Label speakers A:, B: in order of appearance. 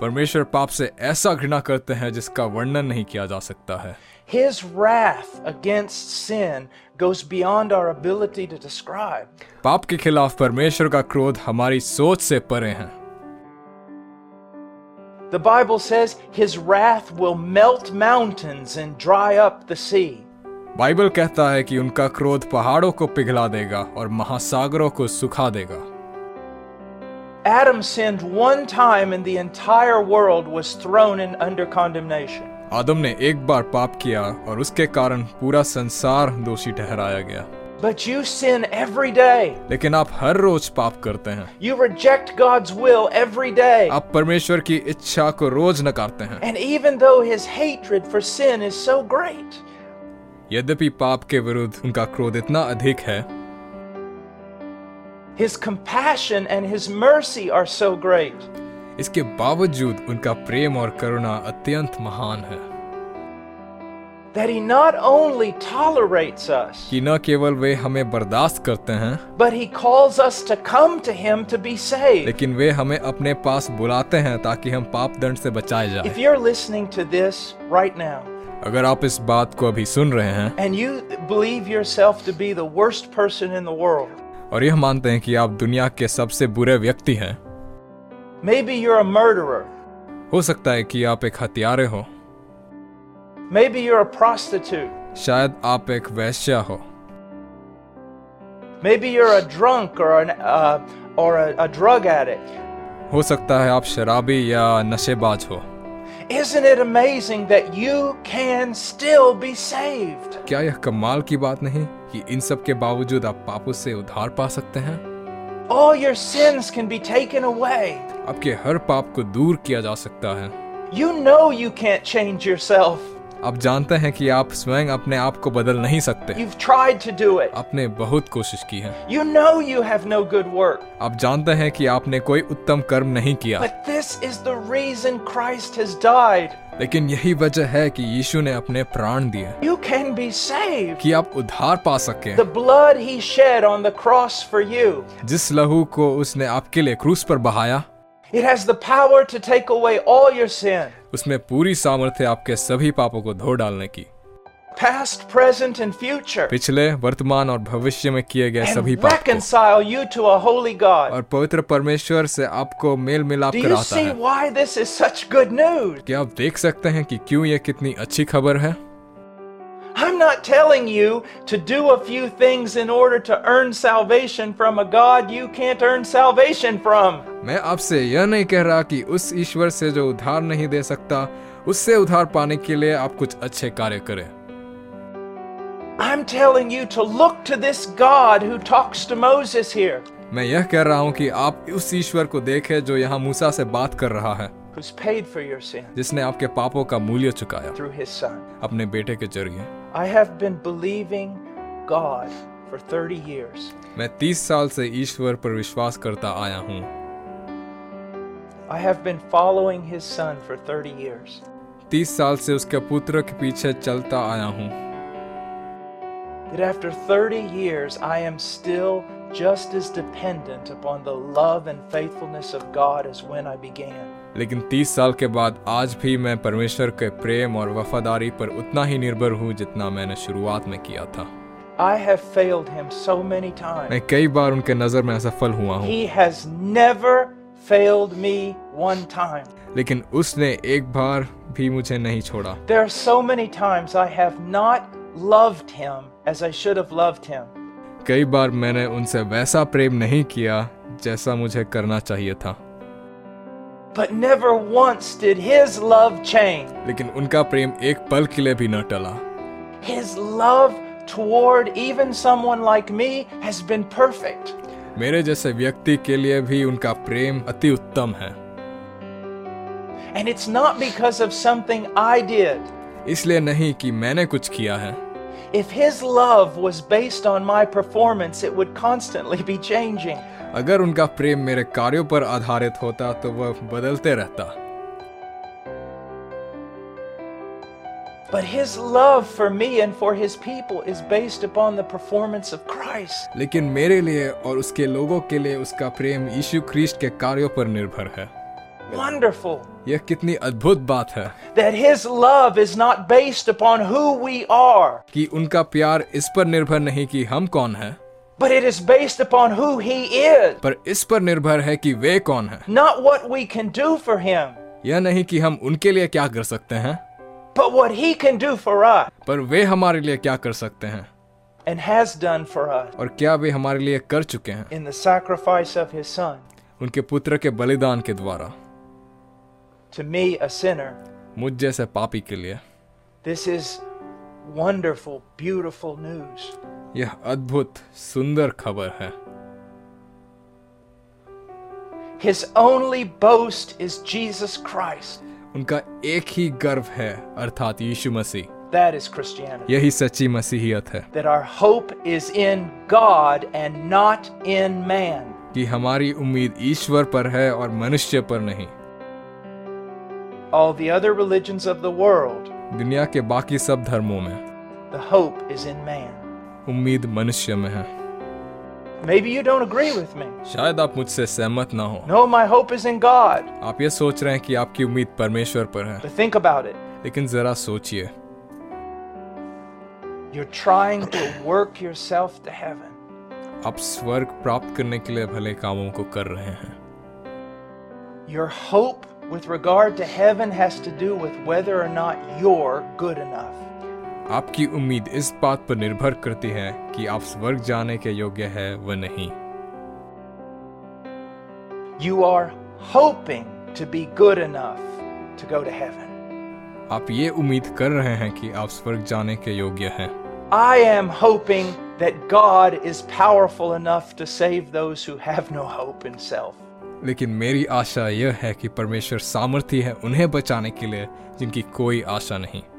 A: परमेश्वर पाप से ऐसा घृणा करते हैं जिसका वर्णन नहीं किया जा सकता है
B: His wrath against sin goes beyond our ability to describe.
A: पाप के खिलाफ परमेश्वर का क्रोध हमारी सोच से परे है
B: The Bible says his wrath will melt mountains and dry up the sea.
A: Bible कहता है कि उनका क्रोध पहाड़ों को पिघला देगा और महासागरों को सुखा देगा
B: Adam sinned one time and the entire world was thrown in under condemnation.
A: आदम ने एक बार पाप किया और उसके कारण पूरा संसार दोषी ठहराया गया
B: But you sin every day.
A: लेकिन आप हर रोज पाप करते हैं
B: You reject God's will every day.
A: आप परमेश्वर की इच्छा को रोज नकारते हैं
B: And even though his hatred for sin is so great,
A: यद्यपि पाप के विरुद्ध उनका क्रोध इतना अधिक है
B: his compassion and his mercy are so great.
A: इसके बावजूद उनका प्रेम और करुणा अत्यंत महान है
B: that he not only tolerates us,
A: कि न केवल वे हमें बर्दाश्त करते हैं
B: but he calls us to come to him to be saved.
A: लेकिन वे हमें अपने पास बुलाते हैं ताकि हम पाप दंड से बचाए
B: If
A: जाए
B: you're listening to this right now
A: अगर आप इस बात को अभी सुन रहे हैं
B: and you believe yourself to be the worst person in the world,
A: और यह मानते हैं कि आप दुनिया के सबसे बुरे व्यक्ति हैं
B: maybe you're a murderer,
A: हो सकता है कि आप एक हत्यारे हो
B: maybe you're a prostitute,
A: शायद आप एक वैश्या हो
B: maybe you're a drunk or an uh, or a, a drug addict.
A: हो सकता है आप शराबी या नशेबाज हो
B: Isn't it amazing that you can still be saved?
A: क्या यह कमाल की बात नहीं कि इन सब के बावजूद आप पापों से उधार पा सकते हैं
B: All your sins can be taken away.
A: आपके हर पाप को दूर किया जा सकता है
B: You know you can't change yourself.
A: आप जानते हैं कि आप स्वयं अपने आप को बदल नहीं सकते
B: You've tried to do it.
A: आपने बहुत कोशिश की है
B: You know you have no good work.
A: आप जानते हैं कि आपने कोई उत्तम कर्म नहीं किया
B: But this is the reason Christ has died.
A: लेकिन यही वजह है कि यीशु ने अपने प्राण दिए
B: You can be saved.
A: कि आप उधार पा सके
B: The blood he shed on the cross for you.
A: जिस लहू को उसने आपके लिए क्रूस पर बहाया
B: It has the power to take away all your sin,
A: उसमें पूरी सामर्थ्य आपके सभी पापों को धो डालने की
B: past, present, and future,
A: पिछले वर्तमान और भविष्य में किए गए
B: and
A: सभी पाप को।
B: reconcile you to a holy God.
A: और पवित्र परमेश्वर से आपको मेल मिलाप
B: Do you
A: कराता
B: see
A: है
B: why this is such good news?
A: क्या आप देख सकते हैं कि क्यों ये कितनी अच्छी खबर है
B: I'm not telling you to do a few things in order to earn salvation from a God you can't earn salvation from.
A: मैं आपसे यह नहीं कह रहा कि उस ईश्वर से जो उधार नहीं दे सकता उससे उधार पाने के लिए आप कुछ अच्छे कार्य करें
B: I'm telling you to look to this God who talks to Moses here,
A: मैं यह कह रहा हूँ कि आप उस ईश्वर को देखें जो यहाँ मूसा से बात कर रहा है
B: who's paid for your sin
A: जिसने आपके पापों का मूल्य चुकाया
B: through his son.
A: अपने बेटे के जरिए
B: I have been believing God for 30 years.
A: मैं तीस साल से ईश्वर पर विश्वास करता आया हूँ
B: I have been following his son for 30 years.
A: तीस साल से उसके पुत्र के पीछे चलता आया हूँ
B: Yet after 30 years, I am still just as dependent upon the love and faithfulness of God as when I began.
A: लेकिन 30 साल के बाद आज भी मैं परमेश्वर के प्रेम और वफादारी पर उतना ही निर्भर हूँ जितना मैंने शुरुआत में किया था
B: I have failed him so many
A: मैं
B: times.
A: कई बार उनके नज़र में असफल हुआ हूँ
B: He has never failed me one time.
A: लेकिन उसने एक बार भी मुझे नहीं छोड़ा
B: There are so many times I have not loved him as I should have loved him.
A: कई बार मैंने उनसे वैसा प्रेम नहीं किया जैसा मुझे करना चाहिए था
B: But never once did his love change.
A: लेकिन उनका प्रेम एक पल के लिए भी न टला
B: His love toward even someone like me has been perfect.
A: मेरे जैसे व्यक्ति के लिए भी उनका प्रेम अति उत्तम है
B: And it's not because of something I did.
A: इसलिए नहीं कि मैंने कुछ किया है
B: If his love was based on my performance, it would constantly be changing.
A: अगर उनका प्रेम मेरे कार्यों पर आधारित होता तो वह बदलते रहता
B: But his love for me and for his people is based upon the performance of Christ.
A: लेकिन मेरे लिए और उसके लोगों के लिए उसका प्रेम यीशु ख्रीस्ट के कार्यों पर निर्भर है
B: wonderful
A: यह कितनी अद्भुत बात है
B: that His love is not based upon who we are,
A: कि उनका प्यार इस पर निर्भर नहीं कि हम कौन हैं,
B: but it is based upon who He is,
A: पर इस पर निर्भर है कि वे कौन हैं।
B: not what we can do for Him,
A: यह नहीं कि हम उनके लिए क्या कर सकते हैं
B: but what He can do for us
A: पर वे हमारे लिए क्या कर सकते हैं
B: and has done for us
A: और क्या वे hamaare liye kar chuke hain
B: in the sacrifice of His Son.
A: unke putra ke बलिदान ke द्वारा
B: To me, a sinner,
A: मुझ जैसे पापी के लिए
B: this is wonderful, beautiful news.
A: यह अद्भुत सुंदर खबर है
B: His only boast is Jesus Christ.
A: उनका एक ही गर्व है अर्थात यीशु मसीह
B: That is Christianity.
A: यही सच्ची मसीहियत है
B: That our hope is in God and not in man.
A: कि हमारी उम्मीद ईश्वर पर है और मनुष्य पर नहीं
B: All the other religions of the world,
A: दुनिया के बाकी सब धर्मों में
B: the hope is in man.
A: उम्मीद मनुष्य में है
B: Maybe you don't agree with me.
A: शायद आप मुझसे सहमत ना हो
B: No, my hope is in God.
A: आप ये सोच रहे हैं कि आपकी उम्मीद परमेश्वर पर है
B: But think about it.
A: लेकिन जरा सोचिए
B: You're trying to work yourself to heaven.
A: आप स्वर्ग प्राप्त करने के लिए भले कामों को कर रहे हैं
B: Your hope with regard to heaven has to do with whether or not you're good enough.
A: आपकी उम्मीद इस बात पर निर्भर करती है कि आप स्वर्ग जाने के योग्य है व नहीं
B: You are hoping to be good enough to go to heaven.
A: आप ये उम्मीद कर रहे हैं कि आप स्वर्ग जाने के योग्य हैं
B: I am hoping that God is powerful enough to save those who have no hope in self.
A: लेकिन मेरी आशा यह है कि परमेश्वर सामर्थी है उन्हें बचाने के लिए जिनकी कोई आशा नहीं